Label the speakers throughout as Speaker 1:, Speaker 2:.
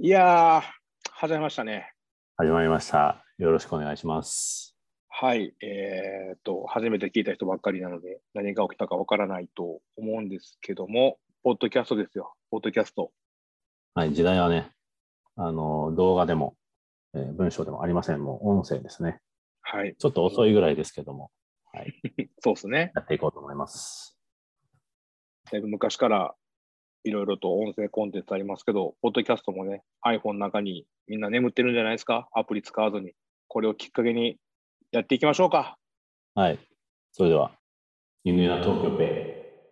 Speaker 1: いやー、始めましたね。
Speaker 2: 始まりました。よろしくお願いします。
Speaker 1: はい。えーっと、初めて聞いた人ばっかりなので、何が起きたかわからないと思うんですけども、ポッドキャストですよ。ポッドキャスト。
Speaker 2: はい、時代はね、あの、動画でも、えー文章でもありません。もう音声ですね。
Speaker 1: はい。
Speaker 2: ちょっと遅いぐらいですけども、
Speaker 1: そうですね。
Speaker 2: やっていこうと思います。
Speaker 1: だいぶ昔からいろいろと音声コンテンツありますけど、ポッドキャストもね、iPhone の中にみんな眠ってるんじゃないですか。アプリ使わずに。これをきっかけにやっていきましょうか。
Speaker 2: はい。それでは、犬や東京ペ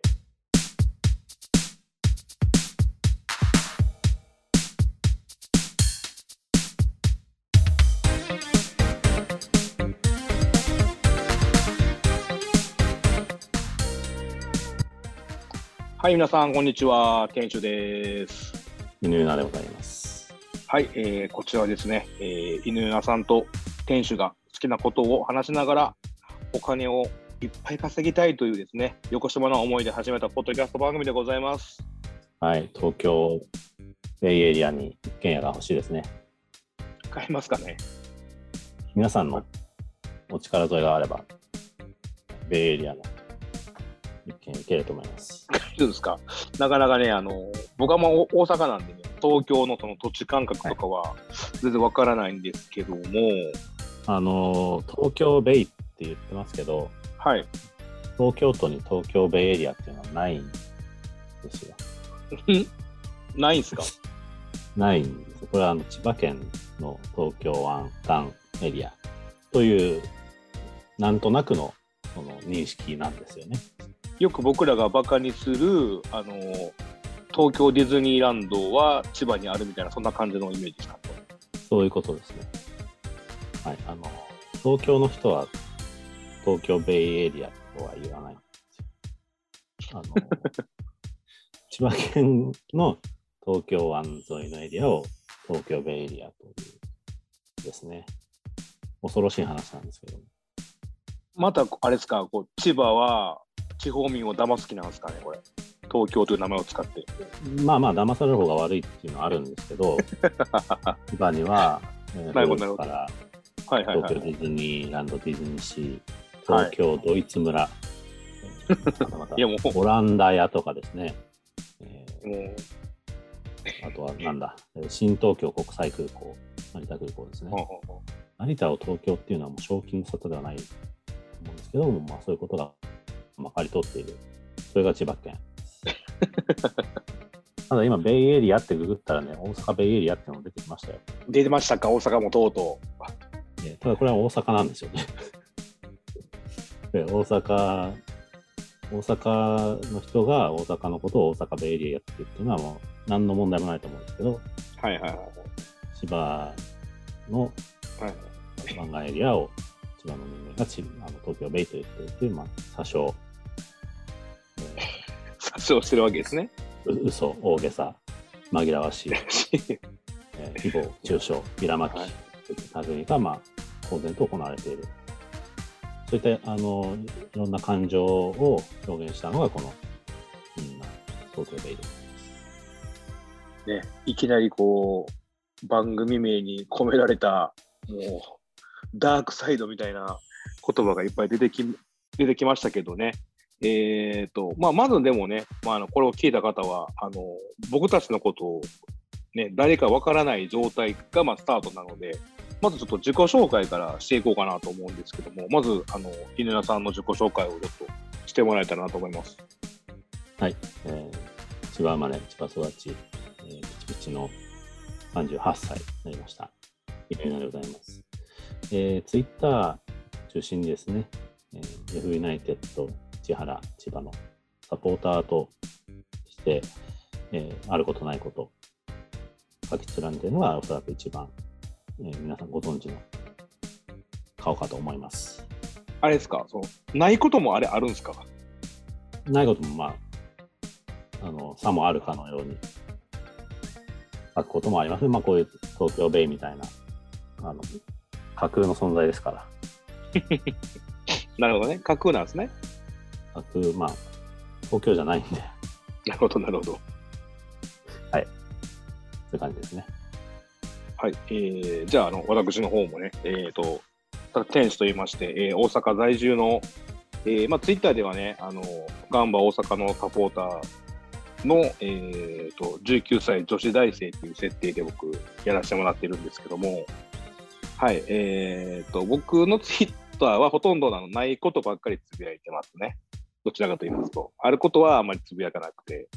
Speaker 1: はい、皆さん、こんにちは。店主です。
Speaker 2: イ、犬やでございます。
Speaker 1: はい、えーこちらはですね、えー、犬屋さんと店主が好きなことを話しながら、お金をいっぱい稼ぎたいというですね、横島な思いで始めたポッドキャスト番組でございます。
Speaker 2: はい、東京ベイエリアに一軒家が欲しいですね。
Speaker 1: 買えますかね
Speaker 2: 皆さんのお力添えがあれば、ベイエリアの一軒家行けると思います。
Speaker 1: どうですかなかなかね、あの、僕はもう大阪なんでね、東京のその土地感覚とかは全然わからないんですけども、
Speaker 2: あの、東京ベイって言ってますけど、
Speaker 1: はい、
Speaker 2: 東京都に東京ベイエリアっていうのはないんですよ。
Speaker 1: ないんすか
Speaker 2: ないんですよ。これはあの千葉県の東京湾岸エリアという、なんとなくのその認識なんですよね。
Speaker 1: よく僕らがバカにする、あの、東京ディズニーランドは千葉にあるみたいな、そんな感じのイメージですか
Speaker 2: そういうことですね。はい。あの、東京の人は東京ベイエリアとは言わないんです よ。あの、千葉県の東京湾沿いのエリアを東京ベイエリアというですね。恐ろしい話なんですけども。
Speaker 1: またあれですか、こう千葉は地方民を騙す気なんですかね、これ。東京という名前を使って。
Speaker 2: まあまあ、騙される方が悪いっていうのはあるんです けど、千葉には、えー
Speaker 1: なるほど
Speaker 2: 古くから
Speaker 1: はいはいは
Speaker 2: 東京デ
Speaker 1: い。
Speaker 2: ィズニーランド、ディズニーシー、
Speaker 1: はい
Speaker 2: 東京ドイツ村、えーまたまた
Speaker 1: いやもう、
Speaker 2: オランダ屋とかですね、え
Speaker 1: もう
Speaker 2: ーあとはなんだ、えー新東京国際空港、成田空港ですね。
Speaker 1: うん
Speaker 2: 成田を東京っていうのはもう正気の沙汰ではないと思うんですけども、まあ、そういうことがまかり通っている。それが千葉 県。ただ今、ベイエリアってググったらね、大阪ベイエリアっていうのも出てきましたよ。
Speaker 1: 出てましたか、大阪もとうと
Speaker 2: でただこれは大阪なんですよね。 で大阪、大阪の人が大阪のことを大阪ベイエリアって言ってるのはもう何の問題もないと思うんですけど、
Speaker 1: う。はいはいは
Speaker 2: 千葉の
Speaker 1: い。はい、
Speaker 2: 湾岸エリアを千葉の人間がちあの東京ベイと言ってるっていう、まあ、詐称、え
Speaker 1: 殺傷してるわけですね。
Speaker 2: ーう嘘、大げさ、紛ら わしい、えー、誹謗、中傷、ビラまき
Speaker 1: はい
Speaker 2: といった類が、まあ、公然と行われている。そういったあのいろんな感情を表現したのが、この、みんな、東京ベイで
Speaker 1: ね、いきなりこう、番組名に込められた、もう、ダークサイドみたいな言葉がいっぱい出てき出てきましたけどね。えーとまあ、まずでもね、まあ、あのこれを聞いた方はあの僕たちのことを、ね、誰かわからない状態がまあスタートなのでまずちょっと自己紹介からしていこうかなと思うんですけどもまずあの犬屋さんの自己紹介をちょっとしてもらえたらなと思います。
Speaker 2: えー千葉生まれ、千葉育ち、えー、ピチピチの38歳になりました。イベナでございます。えー、ツイッター中心にですね、えー、ヤフーユナイテッド千原、千葉のサポーターとして、えーあることないこと、書き連ねてるのがおそらく一番、えー皆さんご存知の顔かと思います。
Speaker 1: あれですかそのないこともあれあるんですか
Speaker 2: ないこともまあ、あの、差もあるかのように書くこともありますね。まあ、こういう東京ベイみたいな、あの、架空の存在ですから。
Speaker 1: なるほどね架空なんですね。
Speaker 2: 架空、まあ、東京じゃないんで、
Speaker 1: なるほどなるほど。
Speaker 2: そういう感じですね。
Speaker 1: はい、えーじゃああの私の方もね、えー、と天使と言いまして、えー大阪在住の、えーまあ、ツイッターではねあのガンバ大阪のサポーターの、えー、と19歳女子大生っていう設定で僕やらせてもらってるんですけども、はいえー、と僕のツイッターはほとんどあのないことばっかりつぶやいてますねどちらかと言いますとあることはあまりつぶやかなくて、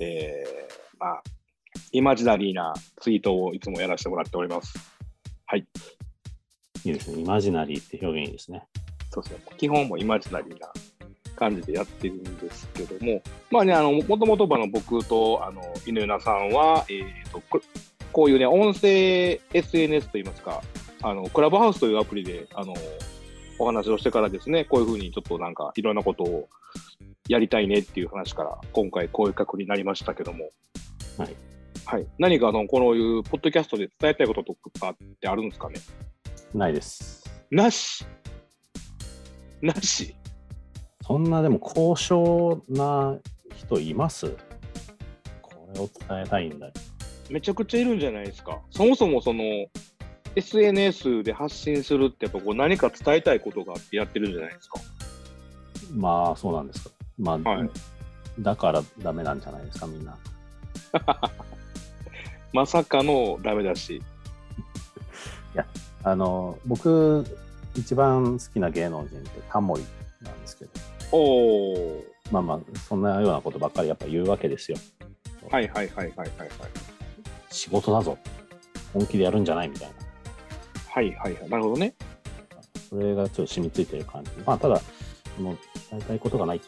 Speaker 1: えーまあ、イマジナリーなツイートをいつもやらせてもらっております。
Speaker 2: いいですね。イマジナリーって表現いいですね。
Speaker 1: そうですね。基本もイマジナリーな感じでやってるんですけども、まあね、あの、もともとの僕と、あの、犬ゆなさんは、えーと、ここういうね、音声 SNS といいますか、あの、クラブハウスというアプリで、あの、お話をしてからですね、こういうふうにちょっとなんか、いろんなことをやりたいねっていう話から、今回こういう企画になりましたけども、
Speaker 2: はい。
Speaker 1: はい。何か、あの、こういう、ポッドキャストで伝えたいこととかってあるんですかね
Speaker 2: ないです。
Speaker 1: なしなし
Speaker 2: そんなでも高尚な人いますこれを伝えたいんだ。
Speaker 1: めちゃくちゃいるんじゃないですか。そもそもその SNS で発信するってやっぱこう何か伝えたいことがあってやってるんじゃないですか。
Speaker 2: まあ、そうなんですか。まあ、
Speaker 1: はい
Speaker 2: だからダメなんじゃないですか、みんな。
Speaker 1: まさかのダメだし。
Speaker 2: あの、僕、一番好きな芸能人ってタモリなんですけど、
Speaker 1: おー。
Speaker 2: まあまあ、そんなようなことばっかりやっぱ言うわけですよ。
Speaker 1: はいはいはいはいはい
Speaker 2: 仕事だぞ。本気でやるんじゃないみたいな。
Speaker 1: はい。はいはいはい。なるほどね。
Speaker 2: それがちょっと染みついてる感じ。まあ、ただ、その伝えたいことがないって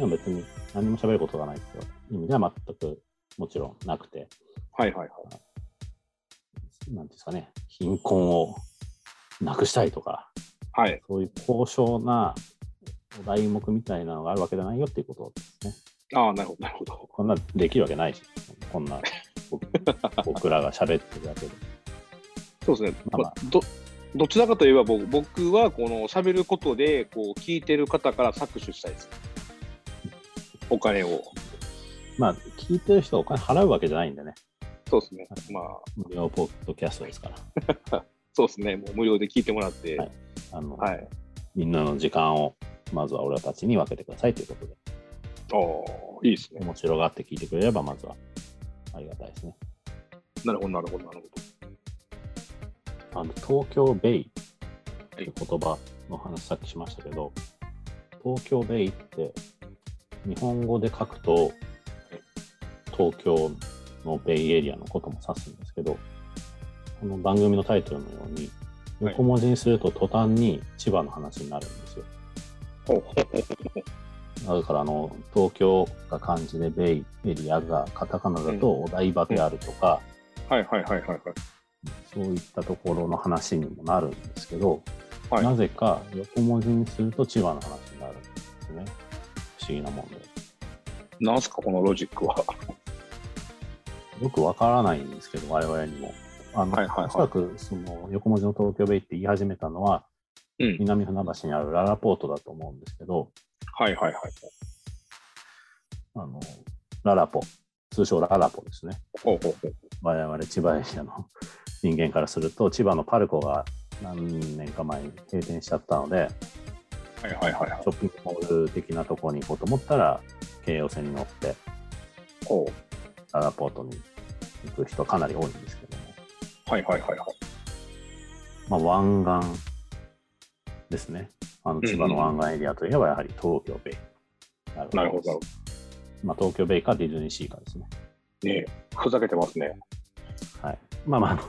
Speaker 2: いうのは別に何も喋ることがないっていう意味では全くもちろんなくて、
Speaker 1: はいはいはい。
Speaker 2: なんていうんですかね、貧困をなくしたいとか、
Speaker 1: はい。
Speaker 2: そういう高尚な題目みたいなのがあるわけじゃないよっていうことですね。
Speaker 1: ああ、なるほどなるほど。
Speaker 2: こんなできるわけないし、こん な僕僕らが喋ってるだけで。
Speaker 1: そうですね。
Speaker 2: まあまあ
Speaker 1: まどどちらかといえば僕僕はこの喋ることでこう聞いてる方から搾取したいです。お金を。
Speaker 2: まあ、聞いてる人はお金払うわけじゃないんでね、
Speaker 1: そうですね。まあ、
Speaker 2: 無料ポッドキャストですから、
Speaker 1: そうですね。もう無料で聞いてもらって。
Speaker 2: はいあの
Speaker 1: はい
Speaker 2: みんなの時間をまずは俺たちに分けてくださいということで、
Speaker 1: ああ、いいですね。
Speaker 2: 面白がって聞いてくれれば、まずはありがたいですね。
Speaker 1: なるほど、なるほど、なるほど。
Speaker 2: あの東京ベイって
Speaker 1: はい
Speaker 2: いう言葉の話さっきしましたけど、東京ベイって日本語で書くと東京のベイエリアのことも指すんですけど、この番組のタイトルのように
Speaker 1: はい
Speaker 2: 横文字にすると途端に千葉の話になるんですよ。
Speaker 1: ほうほう
Speaker 2: だからあの東京が漢字でベイエリアがカタカナだとお台場であるとか、
Speaker 1: はいはいはいはいはい。
Speaker 2: そういったところの話にもなるんですけど、
Speaker 1: はい
Speaker 2: なぜか横文字にすると千葉の話になるんですね。不思議なもんで。
Speaker 1: なんすか、このロジックは。
Speaker 2: よくわからないんですけど、我々にも。あの、
Speaker 1: はいはいはい
Speaker 2: おそらくその横文字の東京ベイって言い始めたのは、
Speaker 1: うん。
Speaker 2: 南船橋にあるララポートだと思うんですけど、
Speaker 1: はいはいはい。
Speaker 2: あの、ララポ、通称ララポですね。
Speaker 1: ほうほうほう。
Speaker 2: 我々千葉エリアの人間からすると千葉のパルコが何年か前に閉店しちゃったので
Speaker 1: はいはいはいはい
Speaker 2: シ。ョッピングモール的なところに行こうと思ったら京葉線に乗って
Speaker 1: ほ
Speaker 2: ララポートに行く人かなり多いんですけど
Speaker 1: う。はいはいはいはい。
Speaker 2: も、まあ、湾岸ですねあの
Speaker 1: んうん
Speaker 2: 千葉の湾岸エリアといえばやはり東京ベイ
Speaker 1: なるほど、なるほ
Speaker 2: まあ、東京ベイかディズニーシーかですね
Speaker 1: ど。ねえ、ふざけてますね。
Speaker 2: はい。まあまああ の、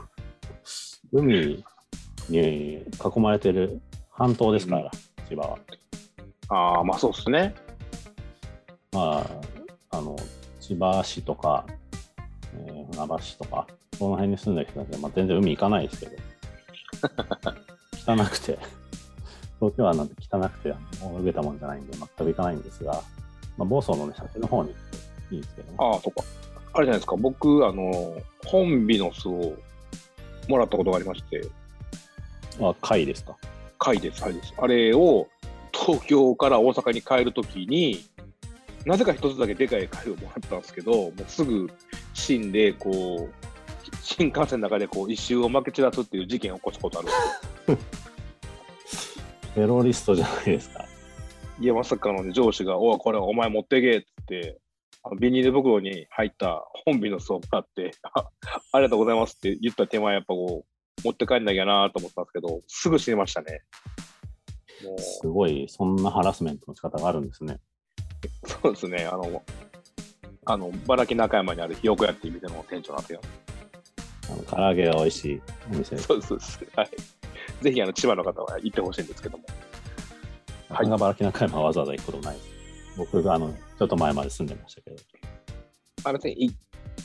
Speaker 2: 海に囲まれてる半島ですから、千葉は。
Speaker 1: ああ、まあそうっすね。
Speaker 2: まあ、あの、千葉市とか、えー船橋とか、この辺に住んでる人なんで、まあ、全然海行かないですけど、汚くて、東京湾なんて汚くて、泳げたもんじゃないんで、全く行かないんですが、まあ、房総のね、先の方に行くといいですけどね。
Speaker 1: ああ、そっか。あれじゃないですか、僕、あの、ホンビノスをもらったことがありまして、
Speaker 2: あ、貝ですか。
Speaker 1: 貝です、あれです。あれを東京から大阪に帰るときに、なぜか一つだけでかい貝をもらったんですけど、もうすぐ死んで、こう、新幹線の中でこう一周を負け散らすっていう事件を起こすことある。
Speaker 2: テロリストじゃないですか。
Speaker 1: いや、まさかの、ね、上司が、おい、これお前持ってけっつって、あのビニール袋に入った本日の巣をもらって あ、ありがとうございますって言った手前、やっぱこう、持って帰んなきゃなと思ったんですけど、すぐ死にましたね。もう
Speaker 2: すごい、そんなハラスメントの仕方があるんですね。
Speaker 1: そうですね、あの、あの、バラキ中山にあるひよこ屋っていう店の店長なんですよ。
Speaker 2: あの唐揚げが美味しいお店。
Speaker 1: そうです、そうです。はい。ぜひ、あの、千葉の方は行ってほしいんですけども。
Speaker 2: なかなかバラキ中山はわざわざ行くことないです。僕があの、ちょっと前まで住んでましたけど、
Speaker 1: あの、別にい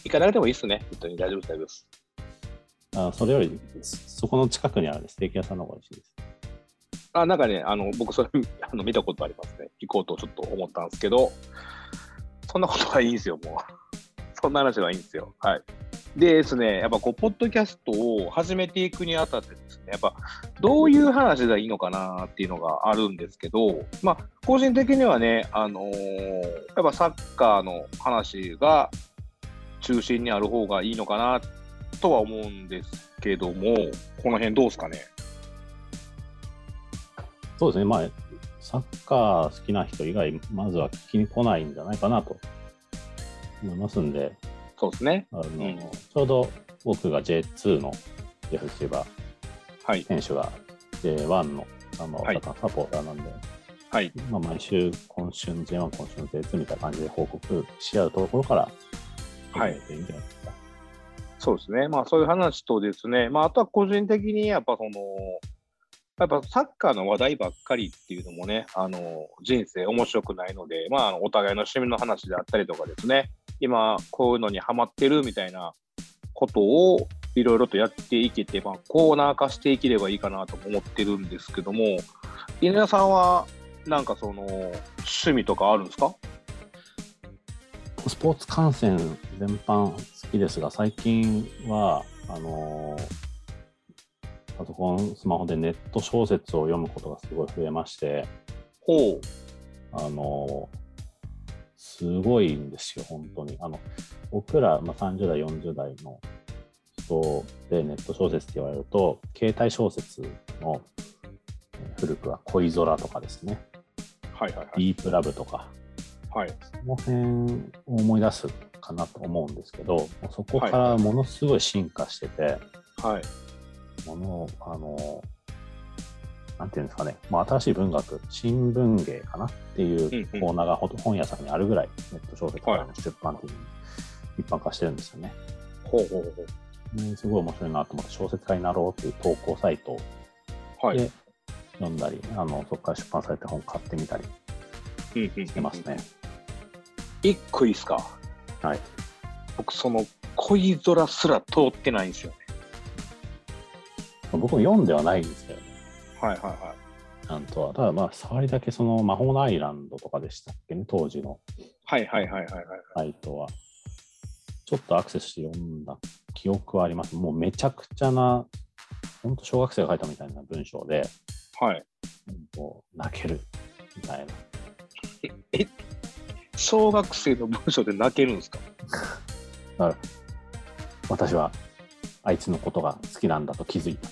Speaker 1: 行かなくてもいいっすね。本当に大丈夫です、大丈夫です。
Speaker 2: あそれより、そそこの近くにあるステーキ屋さんの方が美味しいです。
Speaker 1: あなんかね、あの僕、それ あの見たことありますね。行こうとちょっと思ったんですけど、そんなことはいいんですよ、もう。 そんな話はいいんですよ。はい。でですね、やっぱこう、ポッドキャストを始めていくにあたってですね、やっぱどういう話がいいのかなっていうのがあるんですけど、まあ、個人的にはね、あのーやっぱサッカーの話が中心にある方がいいのかなとは思うんですけども、この辺どうですかね。
Speaker 2: そうですね、まあ、サッカー好きな人以外、まずは聞きに来ないんじゃないかなと思いますんで、
Speaker 1: そうですね。
Speaker 2: あの
Speaker 1: ん
Speaker 2: ちょうど僕が J2 のジェフ・千葉
Speaker 1: はい。
Speaker 2: 選手が J1 のあの
Speaker 1: はい
Speaker 2: サポーターなんで、
Speaker 1: はい。
Speaker 2: まあ、毎週、今週の J1、今週の J2 みたいな感じで報告し合うところから
Speaker 1: はい
Speaker 2: 始めていいんじゃないですか。
Speaker 1: そうですね、まあ、そういう話とですね、まあ、あとは個人的にやっぱその、やっぱサッカーの話題ばっかりっていうのもね、あの人生面白くないので、まああの、お互いの趣味の話であったりとかですね、今、こういうのにハマってるみたいなことをいろいろとやっていけて、まあ、コーナー化していければいいかなとも思ってるんですけども、稲田さんは、なんかその、趣味とかあるんですか
Speaker 2: スポーツ観戦全般好きですが、最近は、あのパソコン、スマホでネット小説を読むことがすごい増えまして、
Speaker 1: ほう、
Speaker 2: あのすごいんですよ、本当に。あの僕ら、まあ、30代、40代の人でネット小説って言われると、携帯小説のえー古くは恋空とかですね、
Speaker 1: はいはい
Speaker 2: ディープラブとか、
Speaker 1: はい。はい、
Speaker 2: その辺を思い出すかなと思うんですけど、そこからものすごい進化してて、
Speaker 1: はい、
Speaker 2: ものあのなんていうんですかね、まあ、新しい文学、新文芸かなっていう
Speaker 1: うんうん
Speaker 2: コーナーがほと本屋さんにあるぐらい、ネット小説から
Speaker 1: は
Speaker 2: の出版っていうのに一般化してるんですよね。
Speaker 1: ほうほうほう
Speaker 2: ねすごい面白いなと思って、小説家になろうっていう投稿サイト
Speaker 1: ほう。はい。
Speaker 2: で読んだり、あのそこから出版された本買ってみたり
Speaker 1: うんうん
Speaker 2: してますね。
Speaker 1: 一個いいですか
Speaker 2: はい。
Speaker 1: 僕その恋空すら通ってないんですよね
Speaker 2: 僕も読んではないんですけどね。
Speaker 1: はいはいはい
Speaker 2: ちゃんとはただまあ、触りだけその魔法のアイランドとかでしたっけね、当時の
Speaker 1: はいはいはいはいはい
Speaker 2: サイトは。ちょっとアクセスして読んだ記憶はあります。もうめちゃくちゃな、ほんと小学生が書いたみたいな文章で、
Speaker 1: はい
Speaker 2: もう泣けるみたいな。
Speaker 1: 小学生の文章で泣けるんですか
Speaker 2: 私はあいつのことが好きなんだと気づいた。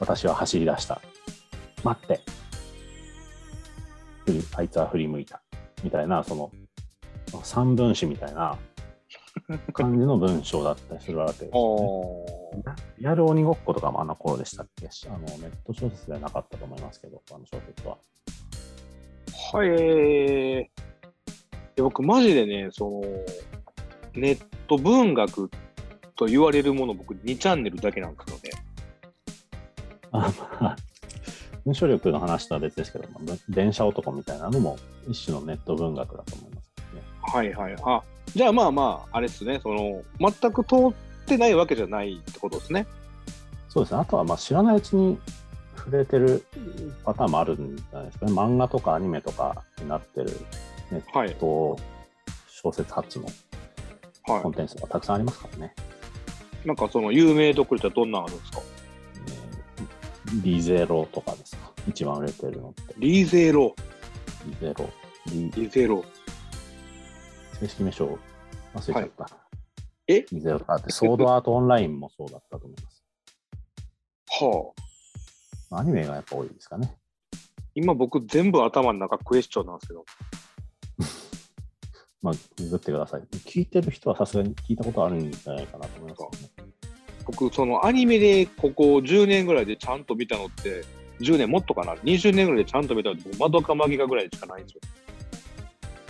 Speaker 2: 私は走り出した。待って。ふりあいつは振り向いた。みたいな、その、三分詞みたいな感じの文章だったりするわけですよね。
Speaker 1: お
Speaker 2: リアル鬼ごっことかもあの頃でしたっけしあのネット小説ではなかったと思いますけど、あの小説は。
Speaker 1: はいえー、僕マジでねそのネット文学と言われるもの僕2チャンネルだけなんですよね
Speaker 2: あまあ文章力の話とは別ですけど、まあぶ電車男みたいなのも一種のネット文学だと思いますけどね。
Speaker 1: はいはいあじゃあまあまああれですねその全く通ってないわけじゃないってことですね
Speaker 2: そうですね、あとはまあ知らないうちに触れてるパターンもあるんじゃないですかね、漫画とかアニメとかになってるネッ
Speaker 1: はい
Speaker 2: ト小説発の
Speaker 1: はい
Speaker 2: コンテンツがたくさんありますからね。
Speaker 1: なんかその有名どころじゃどんなんあるんですか
Speaker 2: えーリゼロとかですか、一番売れてるのって。
Speaker 1: リゼロ。
Speaker 2: リゼロ。リ
Speaker 1: リゼロ。
Speaker 2: 正式名称忘れちゃった。
Speaker 1: ええ
Speaker 2: 20あって、ソードアートオンラインもそうだったと思います。
Speaker 1: はあ。
Speaker 2: アニメがやっぱ多いですかね。
Speaker 1: 今僕全部頭の中クエスチョンなんですけど。
Speaker 2: まあ、ググってください。聞いてる人はさすがに聞いたことあるんじゃないかなと思いますけどね。
Speaker 1: 僕、そのアニメでここ10年ぐらいでちゃんと見たのって、10年もっとかな、20年ぐらいでちゃんと見たのって、まどかマギカぐらいしかないんですよ。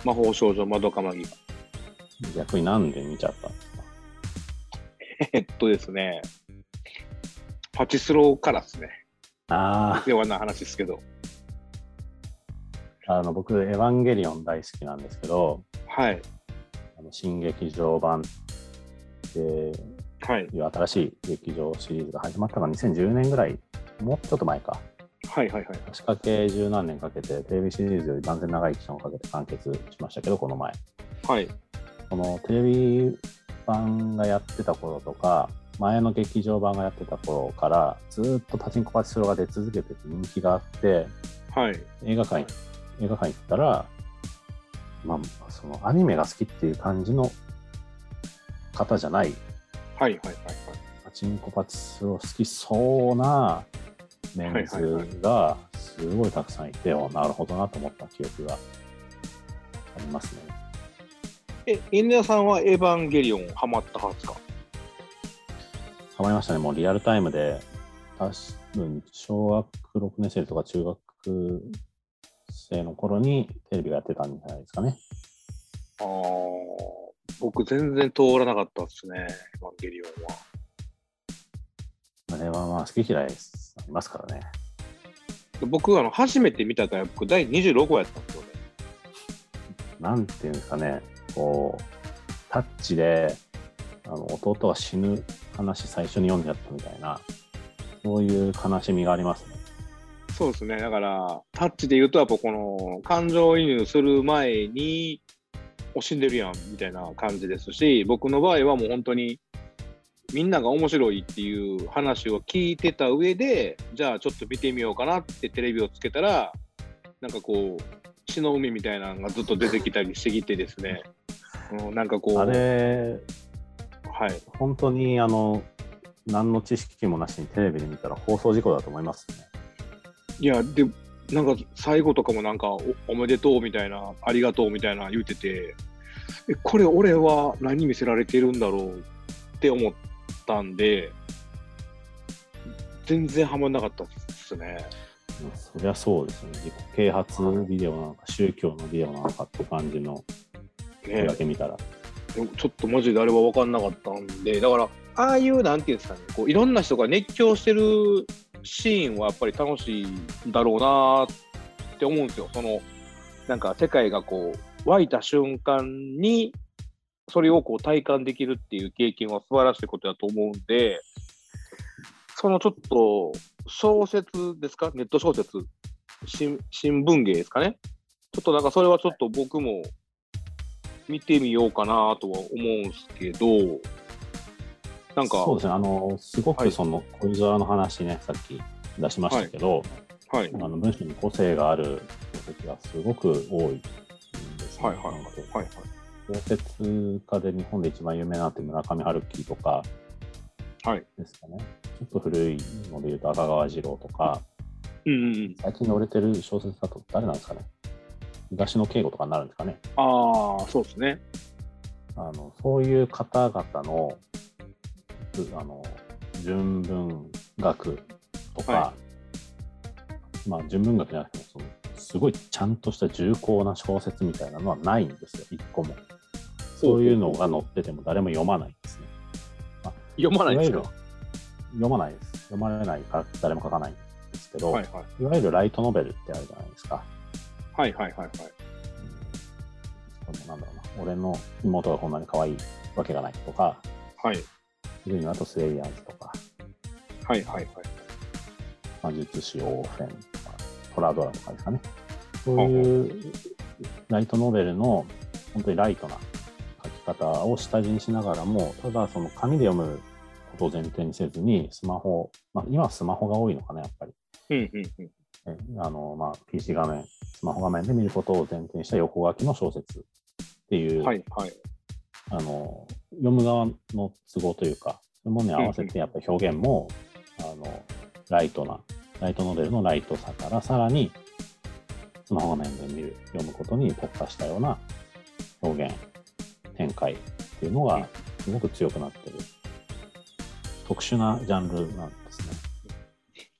Speaker 1: 魔法少女まどかマギカ。
Speaker 2: 逆になんで見ちゃったんですか
Speaker 1: えっとですね、パチスローからですね。
Speaker 2: あ
Speaker 1: ではな話ですけど。
Speaker 2: あ、あの、僕、エヴァンゲリオン大好きなんですけど、
Speaker 1: はい。
Speaker 2: あの新劇場版ってい
Speaker 1: はい。
Speaker 2: う新しい劇場シリーズが始まったのは2010年ぐらい、もうちょっと前か。
Speaker 1: はいはいはい。
Speaker 2: 仕掛け十何年かけて、テレビシリーズより断然長い期間をかけて完結しましたけど、この前。
Speaker 1: はい。
Speaker 2: このテレビ版がやってた頃とか、前の劇場版がやってた頃から、ずーっとパチンコパチスロが出続けてて人気があって、
Speaker 1: はい。
Speaker 2: 映画館、映画館行ったら、まあ、そのアニメが好きっていう感じの方じゃない
Speaker 1: はいはいはい。
Speaker 2: パチンコパチスロ好きそうなメンズがすごいたくさんいて、おなるほどなと思った記憶がありますね。
Speaker 1: え、犬屋さんはエヴァンゲリオンハマったはずか
Speaker 2: ハマりましたね、もうリアルタイムで、多分小学6年生とか中学生の頃にテレビがやってたんじゃないですかね。
Speaker 1: あー僕全然通らなかったですね、エヴァンゲリオンは。
Speaker 2: あれはまあ好き嫌いありますからね。
Speaker 1: で僕、あの、初めて見たから、僕、第26話やったんですよね。
Speaker 2: なんていうんですかね、こう、タッチで、あの弟が死ぬ話最初に読んじゃったみたいな、そういう悲しみがありますね。
Speaker 1: そうですね、だから、タッチで言うと、やっぱこの、感情移入する前に、惜しんでるやん、みたいな感じですし、僕の場合はもう本当に、みんなが面白いっていう話を聞いてた上で、じゃあちょっと見てみようかなってテレビをつけたら、なんかこう、血の海みたいなのがずっと出てきたりしてきてですね、うん、なんかこう、
Speaker 2: あれ、
Speaker 1: はい、
Speaker 2: 本当にあの、何の知識もなしにテレビで見たら放送事故だと思いますね。
Speaker 1: いやでなんか最後とかもなんかおおめでとうみたいなありがとうみたいな言うててえこれ俺は何見せられてるんだろうって思ったんで全然ハマんなかったですね
Speaker 2: まあそりゃそうですね。自己啓発ビデオなのか、宗教のビデオなのかって感じの、これ
Speaker 1: ね
Speaker 2: だけ見たら。
Speaker 1: でもちょっとマジであれは分かんなかったんでだからああいうなんていうんですかねこういろんな人が熱狂してるシーンはやっぱり楽しいんだろうなって思うんですよそのなんか世界がこう湧いた瞬間にそれをこう体感できるっていう経験は素晴らしいことだと思うんでそのちょっと小説ですかネット小説新新聞芸ですかねちょっとなんかそれはちょっと僕も見てみようかなとは思うんですけど、なんか、
Speaker 2: そうですね。あの、すご
Speaker 1: は
Speaker 2: く
Speaker 1: い
Speaker 2: その、恋空の話ね、さっき出しましたけど、
Speaker 1: はい
Speaker 2: あ、の文章に個性がある時がすごく多いんですね
Speaker 1: はいはい
Speaker 2: なんかこう
Speaker 1: はいはい。
Speaker 2: 小説家で日本で一番有名なって村上春樹とか
Speaker 1: はい
Speaker 2: ですかね、ちょっと古いので言うと赤川次郎とか、
Speaker 1: うんうんうん。
Speaker 2: 最近の売れてる小説だと誰なんですかね、東野圭吾とかになるんですかね、
Speaker 1: ああ、そうですね。
Speaker 2: あのそういう方々のうあの純文学とか、
Speaker 1: は
Speaker 2: まあ純文学じゃなくてもそのすごいちゃんとした重厚な小説みたいなのはないんですよ一個もそういうのが載ってても誰も読まないんですね
Speaker 1: 読まないです
Speaker 2: わ
Speaker 1: か
Speaker 2: ゆる読まないです読まれないから誰も書かないんですけど、
Speaker 1: はい
Speaker 2: い、
Speaker 1: はい。
Speaker 2: わゆるライトノベルってあるじゃないですか
Speaker 1: はいはいはいはい。
Speaker 2: うんそのなんだろうな俺の妹がこんなに可愛いわけがないとか
Speaker 1: はい
Speaker 2: 古いのだとスレイヤーズとか、
Speaker 1: はいはいはい。
Speaker 2: 魔術師オーフェンとか、トラドラとかですかね。そういうライトノベルの本当にライトな書き方を下地にしながらも、ただその紙で読むことを前提にせずに、スマホ、まあ、今はスマホが多いのかな、やっぱり。
Speaker 1: うんうんうん。
Speaker 2: えあの、まあ、PC 画面、スマホ画面で見ることを前提にした横書きの小説っていう
Speaker 1: はいはい。
Speaker 2: あの読む側の都合というか、そういうものに合わせてやっぱり表現も、あのライトな、ライトノベルのライトさから、さらにスマホ画面で見る、読むことに特化したような表現、展開っていうの
Speaker 1: うん
Speaker 2: がすごく強くなってる、特殊なジャンルなんですね。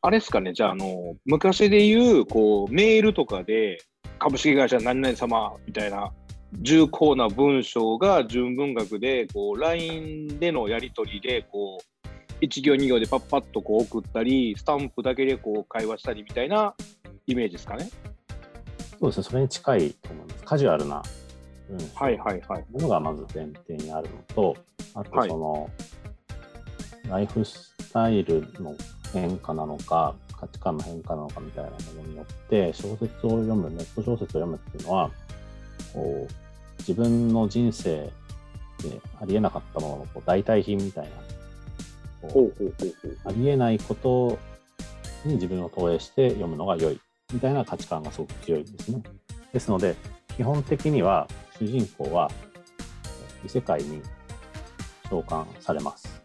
Speaker 1: あれですかね、じゃあ、あの、昔で言う、こう、メールとかで、株式会社何々様みたいな、重厚な文章が純文学で、こう、LINE でのやり取りで、こう、1行2行でパッパッとこう送ったり、スタンプだけでこう会話したりみたいなイメージですかね。
Speaker 2: そうですね、それに近いと思います。カジュアルな、うん、
Speaker 1: はいはいはい。
Speaker 2: ものがまず前提にあるのと、あと
Speaker 1: はい
Speaker 2: その、ライフスタイルの変化なのか、価値観の変化なのかみたいなものによって、小説を読む、ネット小説を読むっていうのは、こう自分の人生でありえなかったもののこう代替品みたいな、こう
Speaker 1: ほうほうほうほう。
Speaker 2: ありえないことに自分を投影して読むのが良いみたいな価値観がすごく強いんですね。ですので基本的には主人公は異世界に召喚されます。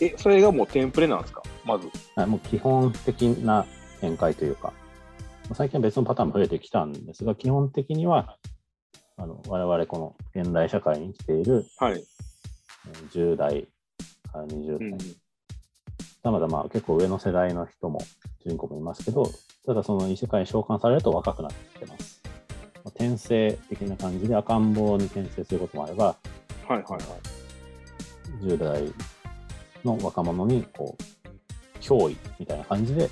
Speaker 1: え、それがもうテンプレなんですかまず。
Speaker 2: あもう基本的な展開というかまあ最近は別のパターンも増えてきたんですが基本的にはあの我々この現代社会に生きている
Speaker 1: はい。
Speaker 2: えー10代から20
Speaker 1: う
Speaker 2: 代
Speaker 1: ん。
Speaker 2: まだまだまあ結構上の世代の人も主人公もいますけど、ただその異世界に召喚されると若くなってきてます。まあ転生的な感じで赤ん坊に転生することもあれば、
Speaker 1: はいはいはい。
Speaker 2: 10代の若者にこう脅威みたいな感じで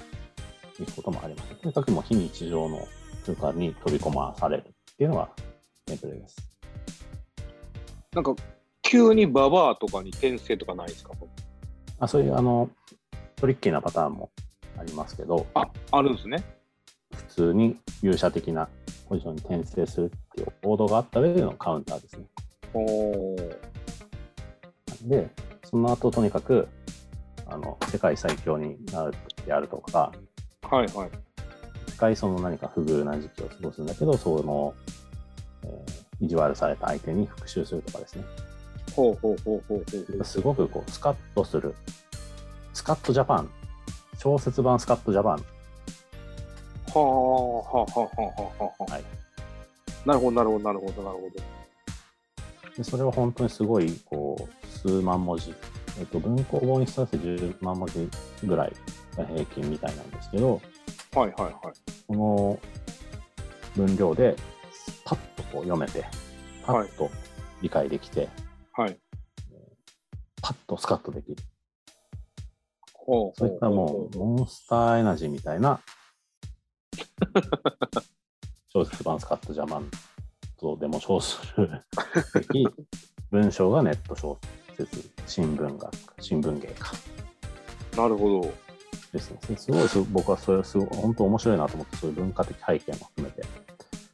Speaker 2: 行くこともあります。とにかくもう非日常の空間に飛び込まされるっていうのがネプレです。
Speaker 1: なんか、急にババアとかに転生とかないですか
Speaker 2: あそういうあのトリッキーなパターンもありますけど、
Speaker 1: あ、あるんですね。
Speaker 2: 普通に勇者的なポジションに転生するっていう王道があった上でのカウンターですね。
Speaker 1: おー
Speaker 2: で、その後とにかく、あの、世界最強になるであるとか、
Speaker 1: はいはい。
Speaker 2: 一回その何か不遇な時期を過ごすんだけど、その、えー意地悪された相手に復讐するとかですね。
Speaker 1: ほうほうほうほうほうほう。
Speaker 2: すごくこう、スカッとする。スカッとジャパン。小説版スカッとジャパン。
Speaker 1: はあはあはあはあはあはあ、
Speaker 2: はい
Speaker 1: なるほどなるほどなるほどなるほ
Speaker 2: でそれは本当にすごい、こう、数万文字。えっと、文庫本にしたら10万文字ぐらいが平均みたいなんですけど、
Speaker 1: どはいはいはい
Speaker 2: この分量でパッとこう読めてパ
Speaker 1: はい
Speaker 2: ッと理解できて、
Speaker 1: はい
Speaker 2: パッとスカッとできる
Speaker 1: ほう
Speaker 2: そういったもうモンスターエナジーみた いな小説版スカッとジャマンとでも称する的文章がネット小説新聞学新聞芸か
Speaker 1: うなるほど
Speaker 2: ですねすごいす僕はそれすごい本当面白いなと思ってそういう文化的背景も含めて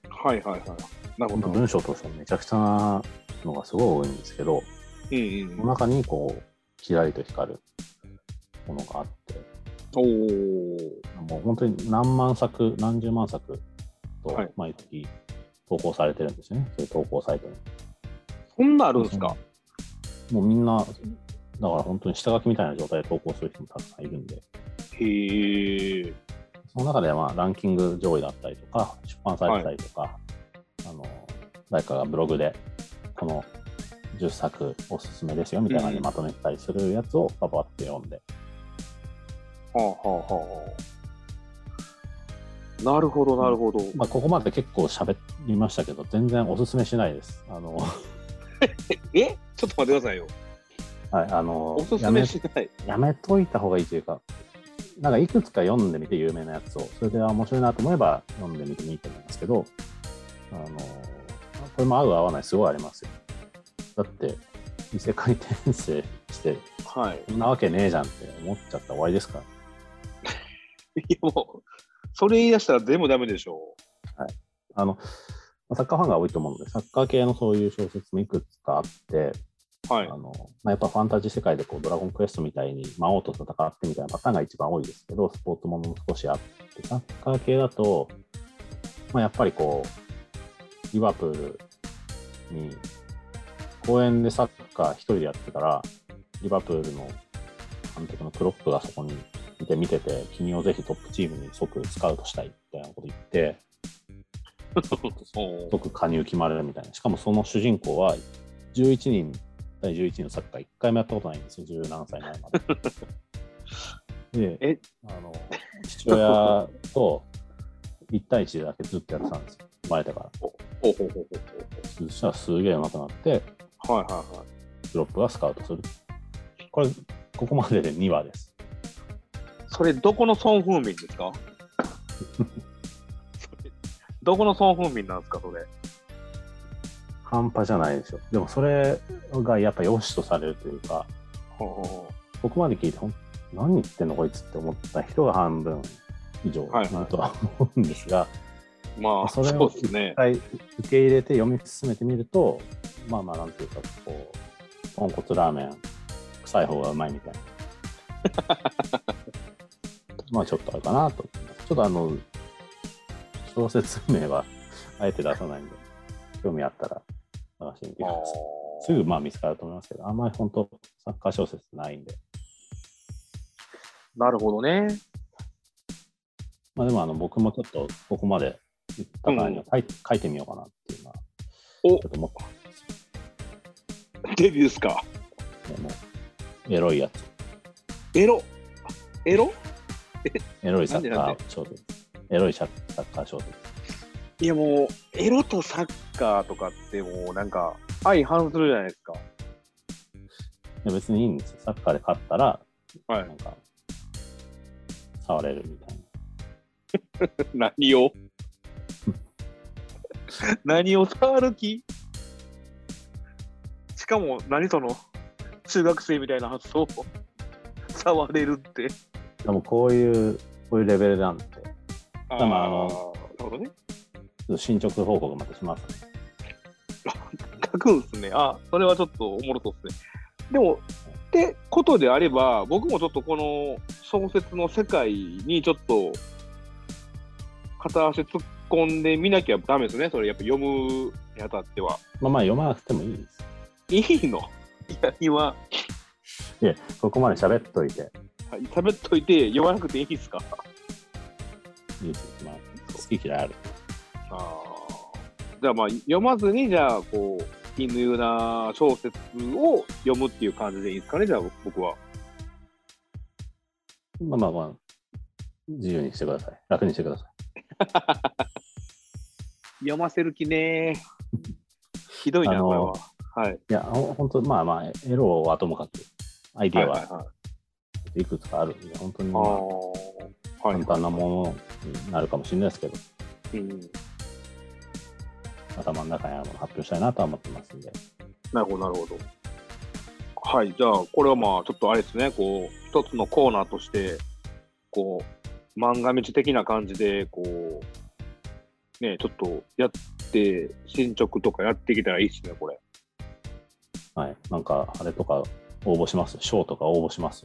Speaker 1: はいはいはいなるほ
Speaker 2: 本当
Speaker 1: ど
Speaker 2: 文章としてもめちゃくちゃなのがすごい多いんですけ
Speaker 1: う
Speaker 2: ど、
Speaker 1: んうん
Speaker 2: その中にこう、キラリと光るものがあって、
Speaker 1: おお
Speaker 2: もう本当に何万作、何十万作と
Speaker 1: はい
Speaker 2: 毎月投稿されてるんですよね、そういう投稿サイトに。
Speaker 1: そんなんあるんですか
Speaker 2: もうみんな、だから本当に下書きみたいな状態で投稿する人もたくさんいるんで、
Speaker 1: へえ
Speaker 2: その中でまあランキング上位だったりとか、出版されてたりとか、あの誰かがブログで、この10作おすすめですよみたいな感じでまとめたりするやつをパパって読んで、
Speaker 1: はあはあはあなるほどなるほど、
Speaker 2: まあ、ここまで結構喋りましたけど、全然おすすめしないです。あの、はい、
Speaker 1: えちょっと待ってくださいよ
Speaker 2: あの
Speaker 1: おすすめしない
Speaker 2: やめ、やめといた方がいいというか、なんかいくつか読んでみて有名なやつを、それであ面白いなと思えば読んでみてもいいと思いますけど、あの、これも合う合わないすごいありますよ。だって、異世界転生して、
Speaker 1: はい
Speaker 2: そんなわけねえじゃんって思っちゃったら終わりですから。
Speaker 1: いやもうそれ言い出したら全部ダメでしょ
Speaker 2: あの、サッカーファンが多いと思うので、サッカー系のそういう小説もいくつかあって、
Speaker 1: はい
Speaker 2: あのまあ、やっぱファンタジー世界でこうドラゴンクエストみたいに魔王と戦ってみたいなパターンが一番多いですけど、スポーツものも少しあって、サッカー系だと、まあ、やっぱりこう、リバプールに公園でサッカー一人でやってたら、リバプールの監督のクロップがそこにいて見てて、君をぜひトップチームに即スカウトしたいみたいなこと言って、
Speaker 1: おー
Speaker 2: 即加入決まるみたいな。しかもその主人公は11人、第11人のサッカー一回もやったことないんですよ、17歳 前まで。で、
Speaker 1: え
Speaker 2: あの、父親と1対1でだけずっとやってたんですよ、生まれてから。
Speaker 1: ほうほうほう
Speaker 2: そしたらすげえ上手くなって、
Speaker 1: ほうはいはいはい。
Speaker 2: プロップがスカウトする。これ、ここまでで2話です。
Speaker 1: それ、どこのソン・フンミンですか それどこのソン・フンミンなんですか、それ。
Speaker 2: 半端じゃないですよ。でもそれがやっぱ良しとされるというか、
Speaker 1: ほうほうほ
Speaker 2: ここまで聞いて、ほん何言ってんのこいつって思った人が半分以上
Speaker 1: はいはい
Speaker 2: だとは思うんですが、
Speaker 1: うまあ、そ
Speaker 2: それを
Speaker 1: うですね
Speaker 2: 一。回受け入れて読み進めてみると、まあまあなんていうか、こう、豚骨ラーメン、臭い方がうまいみたいな。 まあちょっとあるかなと思います。ちょっとあの、小説名はあえて出さないんで、興味あったら探してみてください。すぐまあ見つかると思いますけど、あんまり本当サッカー小説ないんで。
Speaker 1: なるほどね。
Speaker 2: まあでもあの僕もちょっとここまで言ったからには書い,、書いてみようかなっていうのは、
Speaker 1: お
Speaker 2: ちょっと思ったんです
Speaker 1: デビューですか。
Speaker 2: よね。もうエロいやつ。
Speaker 1: エロ。エロ
Speaker 2: エロいサ
Speaker 1: な
Speaker 2: ッカ
Speaker 1: んでなん
Speaker 2: ー小説。エロいサッサッカー小説。
Speaker 1: いやもう、エロとサッカーとかってもうなんか、相反するじゃないですか。
Speaker 2: いや別にいいんですよ。サッカーで勝ったら、
Speaker 1: は
Speaker 2: な。んか、触れるみたいな。
Speaker 1: 何を 何を触る気しかも、何その、中学生みたいな発想 触れるって。
Speaker 2: でもこういう、こういうレベルなんで、
Speaker 1: あ
Speaker 2: まああの
Speaker 1: なるほどね。
Speaker 2: ちょっと進捗報告またします、ね。
Speaker 1: 書くんすね。あ、それはちょっとおもろそうですね。でも、ってことであれば、僕もちょっとこの小説の世界にちょっと片足突っ込んでみなきゃダメですね。それやっぱ読むにあたっては。
Speaker 2: まあまあ読まなくてもいいです。
Speaker 1: いいのいや、今、
Speaker 2: いや、ここまで喋っといて、
Speaker 1: 喋っといて読まなくていいですか
Speaker 2: いいですよ。まあ、好き嫌いある。
Speaker 1: あーじゃあまあ、読まずに、じゃあ、こう、犬ゆな小説を読むっていう感じでいいですかね、じゃあ僕は。
Speaker 2: まあまあまあ、自由にしてください。楽にしてください。
Speaker 1: 読ませる気ねー。ひどいな、
Speaker 2: あのー
Speaker 1: これは。はい。
Speaker 2: いや、ほ本当まあまあ、エロはともかく、アイディア
Speaker 1: はい
Speaker 2: ははいくつかあるんで、本当に
Speaker 1: あ
Speaker 2: ま
Speaker 1: あ
Speaker 2: あ
Speaker 1: ー。はい
Speaker 2: 簡。単なものになるかもしれないですけど、
Speaker 1: うん
Speaker 2: 頭の中にあるもの発表したいなとは思ってますんで、
Speaker 1: なるほど、なるほど。はい、じゃあ、これはまあ、ちょっとあれですね、こう、一つのコーナーとして、こう、漫画道的な感じで、こう、ね、ちょっとやって、進捗とかやっていけたらいいですね、これ。
Speaker 2: はい、なんか、あれとか応募します、賞とか応募します。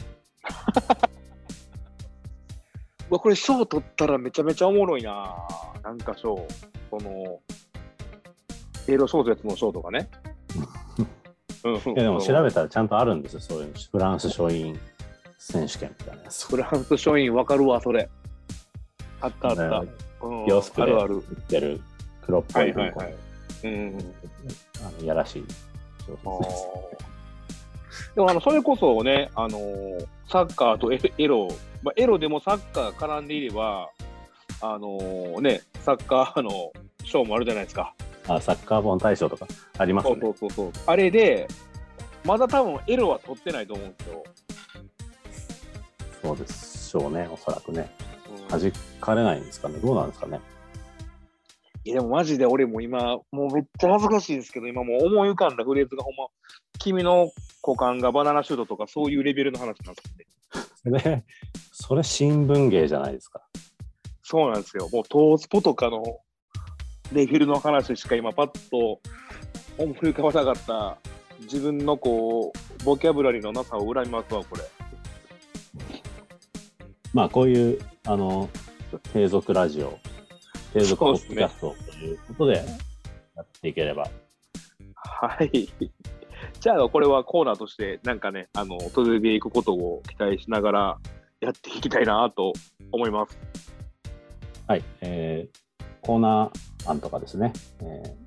Speaker 1: うわ、これ賞取ったらめちゃめちゃおもろいななんか賞。その、エロ小説の賞とかね。うん、うん
Speaker 2: いや、でも調べたらちゃんとあるんですよ、そういうのフランス書院選手権みたいなやつ。
Speaker 1: フランス書院わかるわ、それ。あったあった。
Speaker 2: ね
Speaker 1: うん
Speaker 2: ヨスプ
Speaker 1: あ
Speaker 2: で
Speaker 1: るあ
Speaker 2: 売
Speaker 1: る。
Speaker 2: ってる黒っぽい文庫、
Speaker 1: い。うん。
Speaker 2: あのいやらしい小
Speaker 1: あ
Speaker 2: 説です。
Speaker 1: ーでもあのそれこそね、あのーサッカーとエエロ、まあ、エロでもサッカーが絡んでいれば、あのーね、サッカーの賞もあるじゃないですか。
Speaker 2: あサッカー本大賞とかあります
Speaker 1: そ
Speaker 2: ね
Speaker 1: う。そうそうそう。あれで、まだ多分エロは取ってないと思うんですよ。
Speaker 2: そうでしょうね、おそらくね。
Speaker 1: うん
Speaker 2: 弾かれないんですかね、どうなんですかね。
Speaker 1: いやでもマジで俺も今、もうめっちゃ恥ずかしいですけど、今もう思い浮かんだフレーズがほんま、君の股間がバナナシュートとかそういうレベルの話なんですね。
Speaker 2: それ、それ新聞芸じゃないですか。
Speaker 1: そうなんですよ。もうトースポとかのレベルの話しか今パッと思い浮かばなかった自分のこう、ボキャブラリーのなさを恨みますわ、これ。
Speaker 2: まあ、こういう、あの、継続ラジオ、継続ポ
Speaker 1: そうです
Speaker 2: ッドキ
Speaker 1: ね
Speaker 2: ャストということで、やっていければ、
Speaker 1: はい。じゃあ、これはコーナーとして、なんかね、あの、訪れていくことを期待しながら、やっていきたいなと思います。
Speaker 2: はい、えーコーナー案とかですね、えー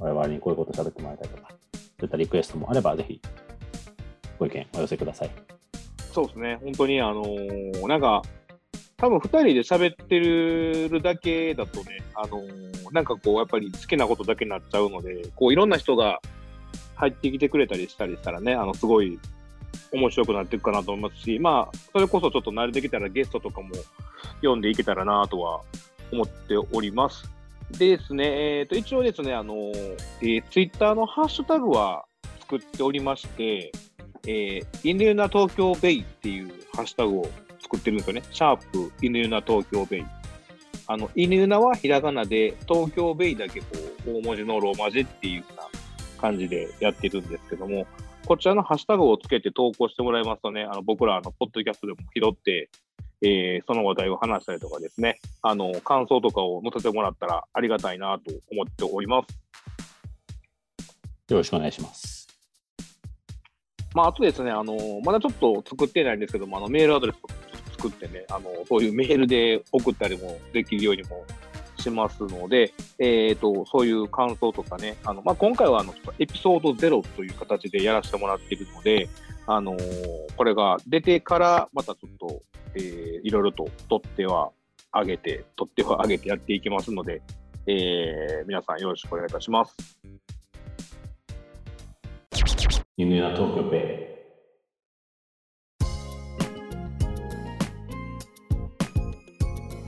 Speaker 2: 我々にこういうこと喋ってもらいたいとか、そういったリクエストもあれば、ぜひご意見お寄せください。
Speaker 1: そうですね、本当に、あのーなんか、多分2人で喋ってるだけだとね、あのーなんかこう、やっぱり好きなことだけになっちゃうので、こういろんな人が入ってきてくれたりしたりしたらね、あのすごい面白くなっていくかなと思いますし、まあ、それこそちょっと慣れてきたらゲストとかも読んでいけたらなとは思っております。でですね、えー、と一応ですね、あのーえー、ツイッターのハッシュタグは作っておりまして、えー、インドユナ東京ベイっていうハッシュタグを作ってるんですよね。シャープ、イヌユナ東京ベイ。あの、イヌユナはひらがなで、東京ベイだけこう、大文字のローマ字っていうような感じでやってるんですけども、こちらのハッシュタグをつけて投稿してもらいますとね、あの僕らあの、ポッドキャストでも拾って、えーその話題を話したりとかですね、あの、感想とかを載せてもらったらありがたいなと思っております。
Speaker 2: よろしくお願いします。
Speaker 1: まあ、あとですね、あの、まだちょっと作ってないんですけども、あの、メールアドレスを作ってね、あの、そういうメールで送ったりもできるようにもしますので、えっ、と、そういう感想とかね、あの、まあ、今回は、あの、ちょっとエピソードゼロという形でやらせてもらっているので、あのこれが出てから、またちょっと、えーいろいろと取っては上げて、取っては上げてやっていきますので、えー皆さんよろしくお願いいたします。
Speaker 2: 犬や東京ペ
Speaker 1: じ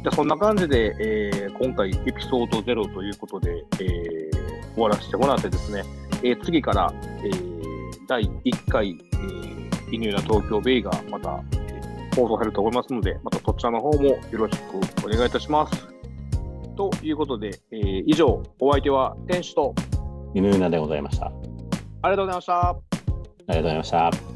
Speaker 1: ゃあそんな感じで、えー今回エピソード0ということで、えー終わらせてもらってですね、えー次から、えー第1回、えー、犬な東京ベイがまた、えー放送されると思いますので、またそちらの方もよろしくお願いいたします。ということで、えー以上、お相手は天使と
Speaker 2: イ。犬やでございました。あり
Speaker 1: ありがとうございました。
Speaker 2: がとうございました。